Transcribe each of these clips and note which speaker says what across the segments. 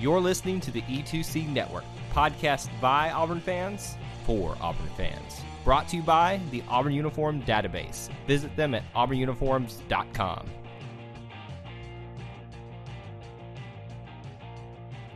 Speaker 1: You're listening to the E2C Network, podcast by Auburn fans for Auburn fans. Brought to you by the Auburn Uniform Database. Visit them at auburnuniforms.com.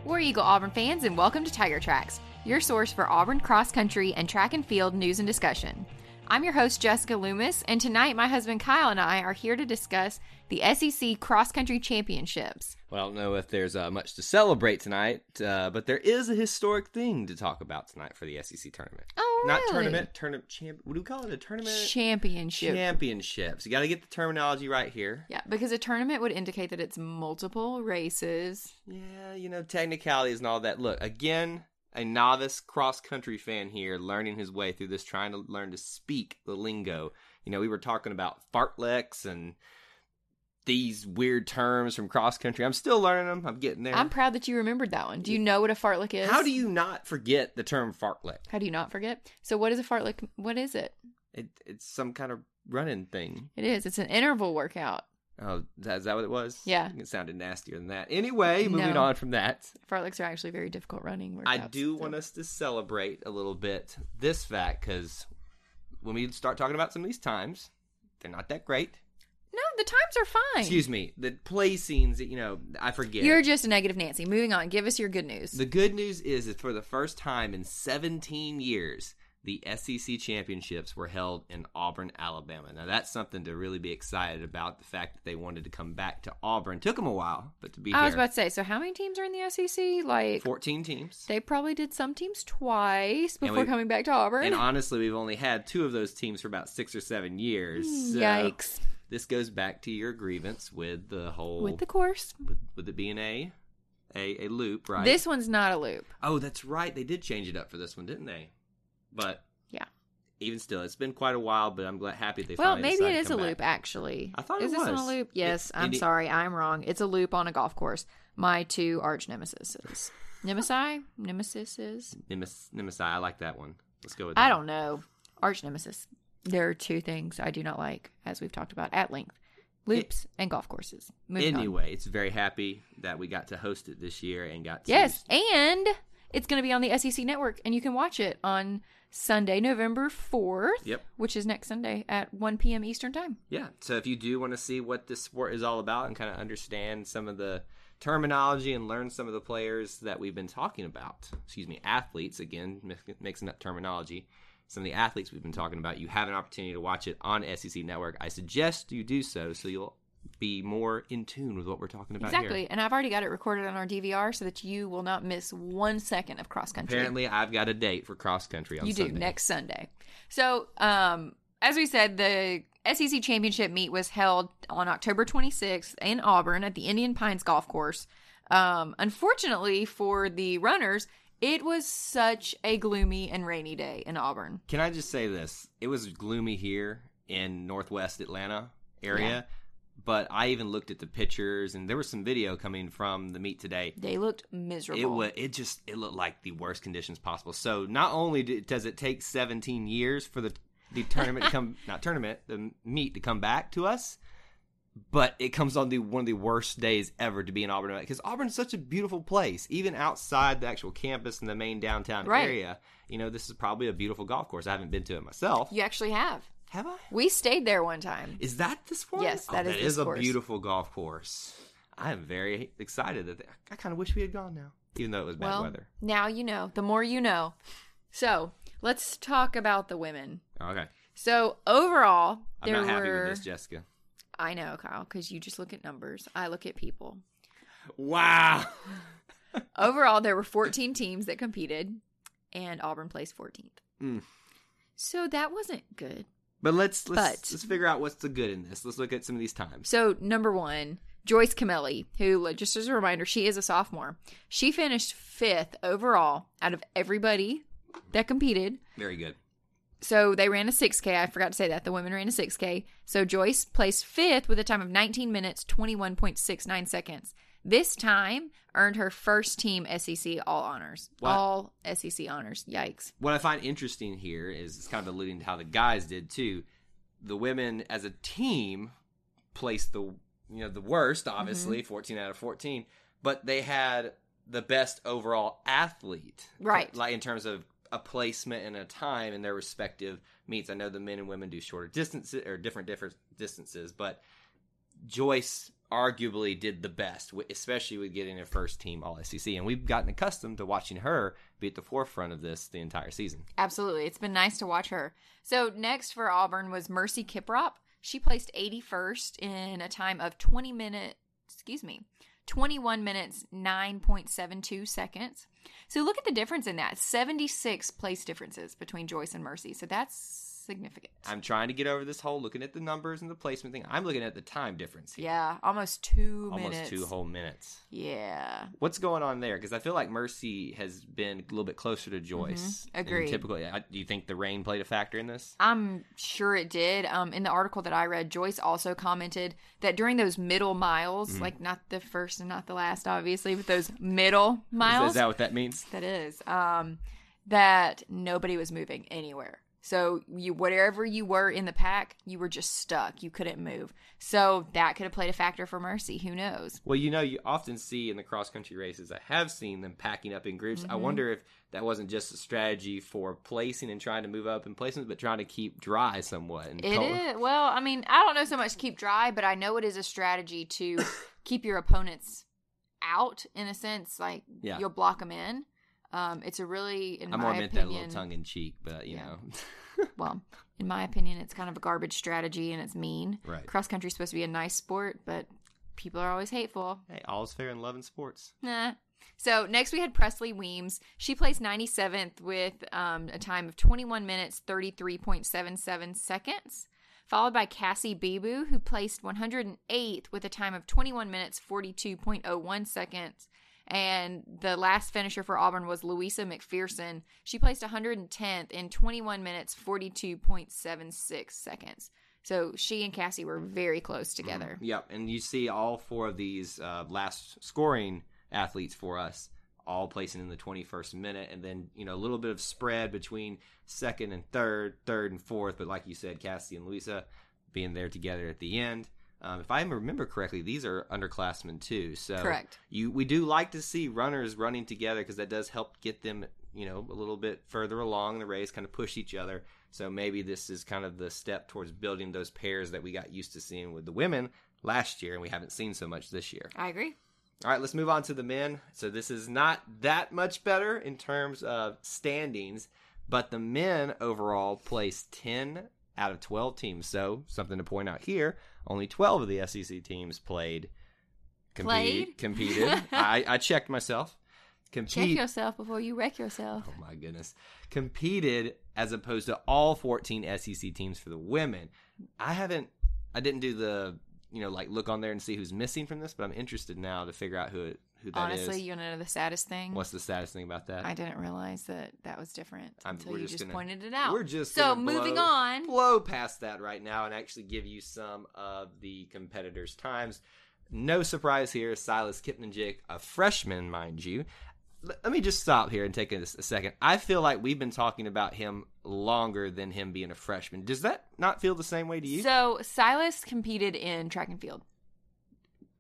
Speaker 2: We're Eagle Auburn fans, and welcome to Tiger Tracks, your source for Auburn cross country and track and field news and discussion. I'm your host, Jessica Loomis, and tonight my husband Kyle and I are here to discuss the SEC Cross Country Championships.
Speaker 1: Well, I don't know if there's uh, much to celebrate tonight, uh, but there is a historic thing to talk about tonight for the SEC tournament.
Speaker 2: Oh,
Speaker 1: Not
Speaker 2: really?
Speaker 1: tournament, tournament champ. What do we call it? A tournament
Speaker 2: Championship.
Speaker 1: championships. You got to get the terminology right here.
Speaker 2: yeah, because a tournament would indicate that it's multiple races.
Speaker 1: Yeah, you know, technicalities and all that. Look, again, a novice cross country fan here learning his way through this, trying to learn to speak the lingo. You know, we were talking about fartleks and these weird terms from cross country. I'm still learning them. I'm getting there.
Speaker 2: I'm proud that you remembered that one. Do you know what a fartlek is?
Speaker 1: How do you not forget the term fartlek?
Speaker 2: How do you not forget? So, what is a fartlek? What is it?
Speaker 1: It, it's some kind of running thing.
Speaker 2: It is. It's an interval workout.
Speaker 1: Oh, is that, is that what it was?
Speaker 2: Yeah.
Speaker 1: It sounded nastier than that. Anyway, moving
Speaker 2: No.
Speaker 1: on from that.
Speaker 2: Fartleks are actually very difficult running workouts.
Speaker 1: I do want
Speaker 2: to.
Speaker 1: us to celebrate a little bit this fact because when we start talking about some of these times, they're not that great.
Speaker 2: No, the times are fine.
Speaker 1: Excuse me, the play scenes that you know I forget.
Speaker 2: You're just a negative Nancy. Moving on. Give us your good news.
Speaker 1: the good news is that for the first time in 17 years, the SEC championships were held in Auburn, Alabama. Now that's something to really be excited about. The fact that they wanted to come back to Auburn took them a while, but to be
Speaker 2: I
Speaker 1: here,
Speaker 2: was about to say. So, how many teams are in the SEC? Like
Speaker 1: 14 teams.
Speaker 2: they probably did some teams twice
Speaker 1: And
Speaker 2: before
Speaker 1: we-
Speaker 2: coming back to Auburn. Hmm,
Speaker 1: And honestly, we've only had two of those teams for about six or seven years. So
Speaker 2: Hmm, Yikes!
Speaker 1: This goes back to your grievance with the whole
Speaker 2: With the course,
Speaker 1: with, with it being a, a a loop, right?
Speaker 2: this one's not a loop.
Speaker 1: oh, that's right. They did change it up for this one, didn't they? But
Speaker 2: Yeah.
Speaker 1: even still, it's been quite a while. But I'm glad, happy they.
Speaker 2: well,
Speaker 1: finally
Speaker 2: maybe
Speaker 1: decided
Speaker 2: it
Speaker 1: to
Speaker 2: is a
Speaker 1: come
Speaker 2: loop.
Speaker 1: back.
Speaker 2: Actually,
Speaker 1: I thought it
Speaker 2: is this
Speaker 1: was.
Speaker 2: on a loop?
Speaker 1: It-
Speaker 2: Yes, I'm
Speaker 1: it-
Speaker 2: sorry, I'm wrong. It's a loop on a golf course. My two arch nemesis, nemesi, nemesis is.
Speaker 1: Nemes- Nemesis, I like that one. Let's go with. That.
Speaker 2: I don't know. Arch nemesis. There are two things I do not like, as we've talked about at length loops and golf courses. Moving on.
Speaker 1: Anyway, it's very happy that we got to host it this year and got to
Speaker 2: Yes, and it's going to be on the SEC network, and you can watch it on Sunday, November 4th,
Speaker 1: Yep.
Speaker 2: which is next Sunday at 1 p.m. Eastern Time.
Speaker 1: Yeah. So if you do want to see what this sport is all about and kind of understand some of the terminology and learn some of the players that we've been talking about, excuse me, athletes, again, mix- mixing up terminology, some of the athletes we've been talking about, you have an opportunity to watch it on SEC Network. I suggest you do so so you'll be more in tune with what we're talking about here.
Speaker 2: Exactly. And I've already got it recorded on our DVR so that you will not miss one second of cross country.
Speaker 1: Apparently, I've got a date for cross country on
Speaker 2: you do
Speaker 1: Sunday.
Speaker 2: next Sunday. So, um, as we said, the SEC championship meet was held on October 26th in Auburn at the Indian Pines Golf Course. Um, unfortunately for the runners, it was such a gloomy and rainy day in Auburn.
Speaker 1: Can I just say this? It was gloomy here in Northwest Atlanta area,
Speaker 2: Yeah.
Speaker 1: but I even looked at the pictures and there was some video coming from the meet today.
Speaker 2: They looked miserable.
Speaker 1: It was it just it looked like the worst conditions possible. So not only do, does it take 17 years for the the tournament to come not tournament the meet to come back to us, but it comes on the one of the worst days ever to be in Auburn because Auburn's such a beautiful place, even outside the actual campus and the main downtown
Speaker 2: Right.
Speaker 1: area. You know, this is probably a beautiful golf course. I haven't been to it myself.
Speaker 2: You actually have.
Speaker 1: Have I?
Speaker 2: We stayed there one time.
Speaker 1: Is that this one? Oh,
Speaker 2: Yes, that
Speaker 1: that is
Speaker 2: is this
Speaker 1: a
Speaker 2: course.
Speaker 1: beautiful golf course. I am very excited that they, I kind of wish we had gone now, even though it was bad
Speaker 2: well,
Speaker 1: weather.
Speaker 2: now you know. The more you know. So let's talk about the women.
Speaker 1: Okay,
Speaker 2: So overall,
Speaker 1: I'm
Speaker 2: there
Speaker 1: not happy
Speaker 2: were.
Speaker 1: with this, Jessica.
Speaker 2: I know, Kyle, because you just look at numbers. I look at people.
Speaker 1: Wow.
Speaker 2: Overall, there were 14 teams that competed, and Auburn placed 14th.
Speaker 1: Mm.
Speaker 2: So that wasn't good.
Speaker 1: But let's let's
Speaker 2: But-
Speaker 1: let's figure out what's the good in this. Let's look at some of these times.
Speaker 2: So number one, Joyce Camelli, who like, just as a reminder, she is a sophomore. She finished fifth overall out of everybody that competed.
Speaker 1: Very good.
Speaker 2: So they ran a 6K. I forgot to say that. The women ran a 6K. So Joyce placed fifth with a time of 19 minutes, 21.69 seconds. This time earned her first team SEC All Honors.
Speaker 1: What?
Speaker 2: All SEC Honors. Yikes.
Speaker 1: What I find interesting here is it's kind of alluding to how the guys did too. The women as a team placed the you know the worst, obviously, 14 out of 14, but they had the best overall athlete.
Speaker 2: Right.
Speaker 1: Like in terms of a placement and a time in their respective meets. I know the men and women do shorter distances or different different distances, but Joyce arguably did the best, wi- especially with getting her first team All SEC. And we've gotten accustomed to watching her be at the forefront of this the entire season.
Speaker 2: Absolutely. It's been nice to watch her. So next for Auburn was Mercy Kiprop. She placed 81st in a time of 20 minutes, excuse me, 21 minutes 9.72 seconds. So look at the difference in that. 76 place differences between Joyce and Mercy. So that's significant.
Speaker 1: I'm trying to get over this whole looking at the numbers and the placement thing. I'm looking at the time difference. here.
Speaker 2: yeah, almost 2
Speaker 1: Almost
Speaker 2: minutes.
Speaker 1: two whole minutes.
Speaker 2: Yeah.
Speaker 1: What's going on there? Because I feel like Mercy has been a little bit closer to Joyce.
Speaker 2: Mhm.
Speaker 1: And
Speaker 2: Agreed.
Speaker 1: Typically, I- do you think the rain played a factor in this?
Speaker 2: I'm sure it did. Um, in the article that I read, Joyce also commented that during those middle miles,
Speaker 1: Mm.
Speaker 2: like not the first and not the last, obviously, but those middle
Speaker 1: Is-
Speaker 2: miles,
Speaker 1: Is that what that means?
Speaker 2: that is, um, that nobody was moving anywhere. So you, whatever you were in the pack, you were just stuck. You couldn't move. So that could have played a factor for Mercy. Who knows?
Speaker 1: Well, you know, you often see in the cross country races, I have seen them packing up in groups.
Speaker 2: Mm-hmm.
Speaker 1: I wonder if that wasn't just a strategy for placing and trying to move up in placements, but trying to keep dry somewhat. And
Speaker 2: It
Speaker 1: cold.
Speaker 2: is. Well, I mean, I don't know so much keep dry, but I know it is a strategy to keep your opponents out in a sense. Like
Speaker 1: Yeah.
Speaker 2: you'll block them in. Um, it's a really, in
Speaker 1: I more
Speaker 2: my
Speaker 1: meant that a
Speaker 2: opinion,
Speaker 1: little tongue in cheek, but you
Speaker 2: Yeah.
Speaker 1: know,
Speaker 2: well, in my opinion, it's kind of a garbage strategy and it's mean.
Speaker 1: Right.
Speaker 2: Cross country's supposed to be a nice sport, but people are always hateful.
Speaker 1: hey, all's fair in love and sports.
Speaker 2: Nah. So next we had Presley Weems. She placed 97th with um, a time of 21 minutes 33.77 seconds, followed by Cassie Bibu, who placed 108th with a time of 21 minutes 42.01 seconds. And the last finisher for Auburn was Louisa McPherson. She placed 110th in 21 minutes 42.76 seconds. So she and Cassie were very close
Speaker 1: Mm-hmm.
Speaker 2: together.
Speaker 1: Yep, and you see all four of these uh, last scoring athletes for us all placing in the 21st minute and then you know a little bit of spread between second and third third and fourth but like you said cassie and louisa being there together at the end um, if i remember correctly these are underclassmen too so
Speaker 2: Correct.
Speaker 1: you we do like to see runners running together because that does help get them you know a little bit further along in the race kind of push each other so maybe this is kind of the step towards building those pairs that we got used to seeing with the women last year and we haven't seen so much this year
Speaker 2: I agree.
Speaker 1: all right, let's move on to the men. So this is not that much better in terms of standings, but the men overall placed 10 out of 12 teams. So something to point out here, only 12 of the SEC teams played
Speaker 2: Played?
Speaker 1: competed. I, I checked myself.
Speaker 2: Check
Speaker 1: Compete.
Speaker 2: yourself before you wreck yourself.
Speaker 1: Oh my goodness. Competed as opposed to all 14 SEC teams for the women. I haven't I didn't do the, you know, like look on there and see who's missing from this, but I'm interested now to figure out who it, who that is.
Speaker 2: Honestly, you want to know the saddest thing?
Speaker 1: What's the saddest thing about that?
Speaker 2: I didn't realize that that was different
Speaker 1: I'm-
Speaker 2: until
Speaker 1: we're
Speaker 2: you
Speaker 1: just
Speaker 2: just,
Speaker 1: gonna-
Speaker 2: pointed it out.
Speaker 1: We're just
Speaker 2: so
Speaker 1: gonna
Speaker 2: moving
Speaker 1: blow-
Speaker 2: on.
Speaker 1: Blow past that right now and actually give you some of the competitors' times. No surprise here, Silas Kipnijik, a freshman, mind you. L- let me just stop here and take a, a second. I feel like we've been talking about him longer than him being a freshman. Does that not feel the same way to you?
Speaker 2: So Silas competed in track and field.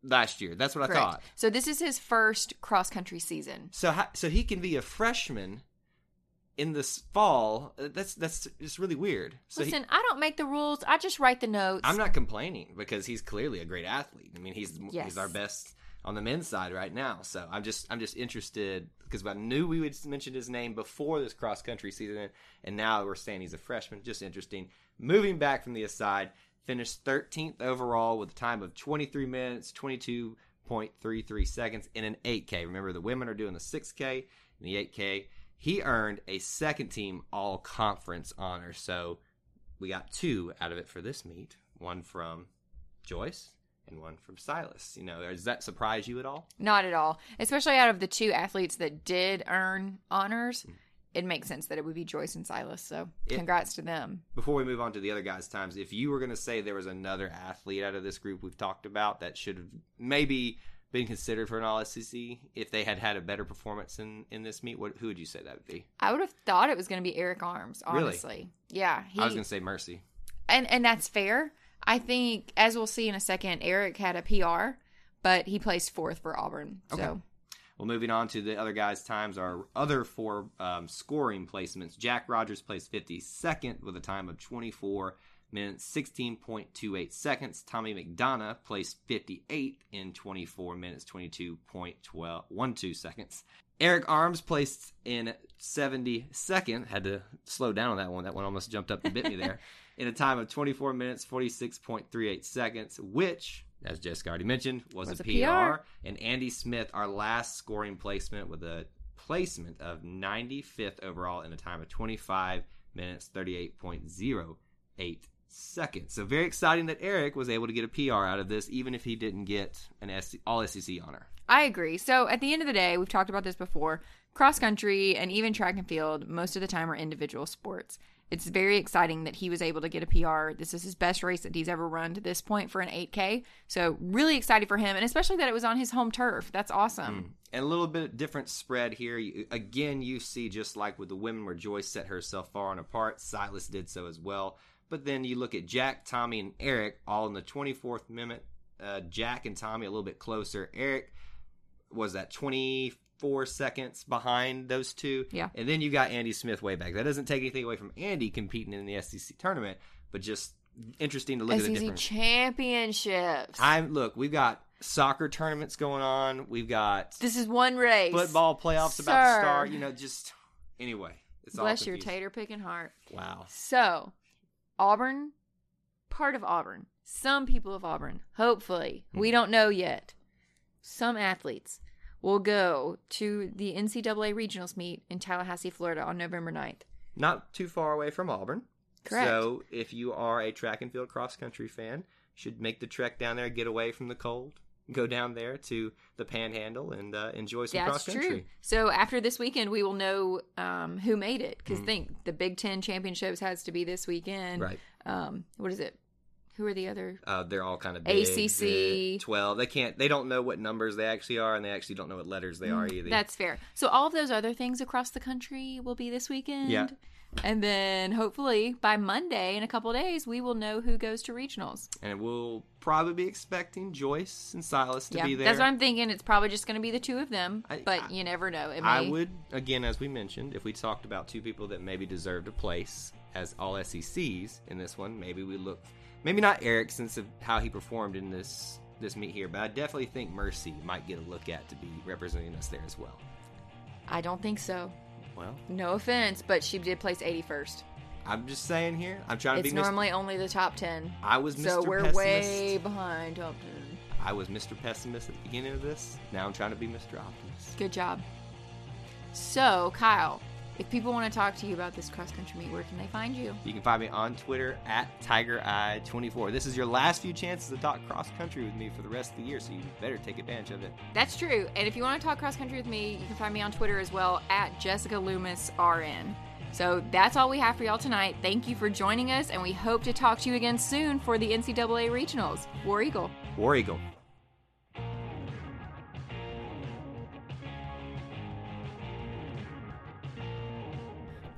Speaker 1: Last year, that's what I thought.
Speaker 2: So this is his first cross country season.
Speaker 1: So ho- so he can be a freshman in this fall. Uh, That's that's it's really weird. So he-
Speaker 2: Listen, I don't make the rules. I just write the notes.
Speaker 1: I'm not complaining because he's clearly a great athlete. I mean, he's
Speaker 2: Yes.
Speaker 1: he's our best on the men's side right now. So I'm just I'm just interested because I knew we would mention his name before this cross country season, and now we're saying he's a freshman. Just interesting. Moving back from the aside, finished 13th overall with a time of 23 minutes 22.33 seconds in an 8K. Remember, the women are doing the 6K and the 8K. He earned a second team all conference honor. So we got two out of it for this meet one from Joyce and one from Silas. You know, does that surprise you at all?
Speaker 2: Not at all. Especially out of the two athletes that did earn honors, it makes sense that it would be Joyce and Silas. So
Speaker 1: Mm. It-
Speaker 2: congrats to them.
Speaker 1: Before we move on to the other guys' times, if you were going to say there was another athlete out of this group we've talked about that should have maybe been considered for an All SEC if they had had a better performance in in this meet, what, who would you say that would be?
Speaker 2: I would have thought it was going to be Eric Arms,
Speaker 1: Really?
Speaker 2: honestly. Yeah. He,
Speaker 1: I was going to say Mercy.
Speaker 2: and, and that's fair. I think, as we'll see in a second, Eric had a PR, but he placed fourth for Auburn.
Speaker 1: Okay.
Speaker 2: So
Speaker 1: Well, moving on to the other guys' times, our other four um, scoring placements. Jack Rogers placed 52nd with a time of 24 minutes, 16.28 seconds. Tommy McDonough placed 58th in 24 minutes, 22.12 seconds. Eric Arms placed in 72nd. Had to slow down on that one. That one almost jumped up and bit me there. In a time of 24 minutes, 46.38 seconds, which, as Jessica already mentioned, was,
Speaker 2: Was
Speaker 1: a,
Speaker 2: a
Speaker 1: PR.
Speaker 2: PR.
Speaker 1: And Andy Smith, our last scoring placement with a placement of 95th overall in a time of 25 minutes, 38.08 seconds. So very exciting that Eric was able to get a PR out of this, even if he didn't get an SC, all SEC honor.
Speaker 2: I agree. So at the end of the day, we've talked about this before. Cross country and even track and field, most of the time, are individual sports. It's very exciting that he was able to get a PR. This is his best race that he's ever run to this point for an 8K. So really excited for him, and especially that it was on his home turf. That's awesome.
Speaker 1: And a little bit different spread here. You, again, you see just like with the women where Joyce set herself far and apart, Silas did so as well. But then you look at Jack, Tommy, and Eric all in the 24th minute. Uh, Jack and Tommy a little bit closer. Eric was that 24 seconds behind those two.
Speaker 2: Yeah.
Speaker 1: And then you got Andy Smith way back. That doesn't take anything away from Andy competing in the SEC tournament, but just interesting to Hmm. look at the
Speaker 2: SEC
Speaker 1: difference.
Speaker 2: championships.
Speaker 1: I'm look, we've got soccer tournaments going on. We've got
Speaker 2: this is one race.
Speaker 1: football playoffs about to
Speaker 2: Sir.
Speaker 1: start. You know, just anyway. It's
Speaker 2: Bless
Speaker 1: all
Speaker 2: your
Speaker 1: confusing.
Speaker 2: tater picking heart.
Speaker 1: Wow.
Speaker 2: So, Auburn, part of Auburn, some people of Auburn, hopefully,
Speaker 1: Hmm.
Speaker 2: we don't know yet, some athletes will go to the NCAA regionals meet in Tallahassee, Florida on November 9th.
Speaker 1: Not too far away from Auburn.
Speaker 2: Correct.
Speaker 1: So if you are a track and field cross country fan, you should make the trek down there, get away from the cold, go down there to the Panhandle, and uh, enjoy some cross
Speaker 2: That's
Speaker 1: country.
Speaker 2: true. So after this weekend, we will know um, who made it because think the Big Ten championships has to be this weekend.
Speaker 1: Hmm. Right.
Speaker 2: Um, what is it? Who are the other?
Speaker 1: Uh, they're all kind of big.
Speaker 2: ACC.
Speaker 1: uh, twelve. They can't. They don't know what numbers they actually are, and they actually don't know what letters they are either.
Speaker 2: Mm, That's fair. So all of those other things across the country will be this weekend.
Speaker 1: Yeah.
Speaker 2: And then hopefully by Monday in a couple of days we will know who goes to regionals.
Speaker 1: and we'll probably be expecting Joyce and Silas to
Speaker 2: yeah.
Speaker 1: be there.
Speaker 2: That's what I'm thinking. It's probably just going to be the two of them,
Speaker 1: I-
Speaker 2: but
Speaker 1: I-
Speaker 2: you never know. It may,
Speaker 1: I would, again, as we mentioned, if we talked about two people that maybe deserved a place as all SECs in this one, maybe we look, maybe not Eric since of how he performed in this this meet here, but I definitely think Mercy might get a look at to be representing us there as well.
Speaker 2: I don't think so.
Speaker 1: Well,
Speaker 2: No offense, but she did place 81st.
Speaker 1: I'm just saying here, I'm trying to
Speaker 2: It's
Speaker 1: be. Mis-
Speaker 2: normally only the top 10.
Speaker 1: I was Mr.
Speaker 2: So we're
Speaker 1: Pessimist.
Speaker 2: way behind top 10.
Speaker 1: I was Mr. Pessimist at the beginning of this. Now I'm trying to be Mr. Optimist.
Speaker 2: Good job. So, Kyle, if people want to talk to you about this cross country meet, where can they find you?
Speaker 1: You can find me on Twitter at TigerEye24. This is your last few chances to talk cross country with me for the rest of the year, so you better take advantage of it.
Speaker 2: That's true. And if you want to talk cross country with me, you can find me on Twitter as well at Jessica Loomis RN. So that's all we have for y'all tonight. Thank you for joining us, and we hope to talk to you again soon for the NCAA regionals. War Eagle.
Speaker 1: War Eagle.